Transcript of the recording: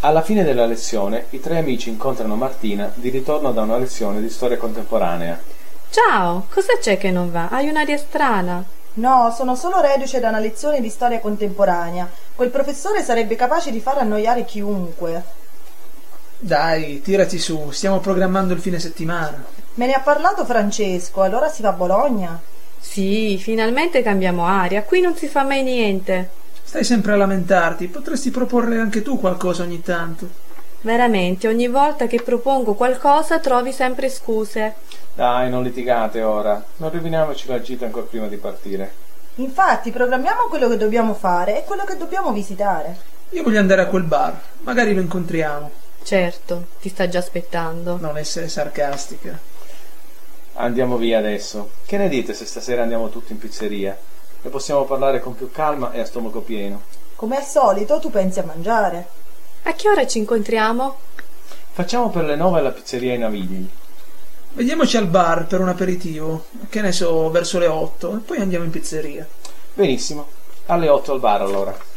Alla fine della lezione, i tre amici incontrano Martina di ritorno da una lezione di storia contemporanea. Ciao, cosa c'è che non va? Hai un'aria strana. No, sono solo reduce da una lezione di storia contemporanea. Quel professore sarebbe capace di far annoiare chiunque. Dai, tirati su, stiamo programmando il fine settimana. Me ne ha parlato Francesco, allora si va a Bologna? Sì, finalmente cambiamo aria, qui non si fa mai niente. Stai sempre a lamentarti, potresti proporre anche tu qualcosa ogni tanto. Veramente, ogni volta che propongo qualcosa trovi sempre scuse. Dai, non litigate ora. Non roviniamoci la gita ancora prima di partire. Infatti, programmiamo quello che dobbiamo fare e quello che dobbiamo visitare. Io voglio andare a quel bar, magari lo incontriamo. Certo, ti sta già aspettando. Non essere sarcastica. Andiamo via adesso. Che ne dite se stasera andiamo tutti in pizzeria? E possiamo parlare con più calma e a stomaco pieno. Come al solito, tu pensi a mangiare. A che ora ci incontriamo? Facciamo per le nove alla pizzeria in Navigli. Vediamoci al bar per un aperitivo, che ne so, verso le 8 e poi andiamo in pizzeria. Benissimo. Alle otto al bar allora.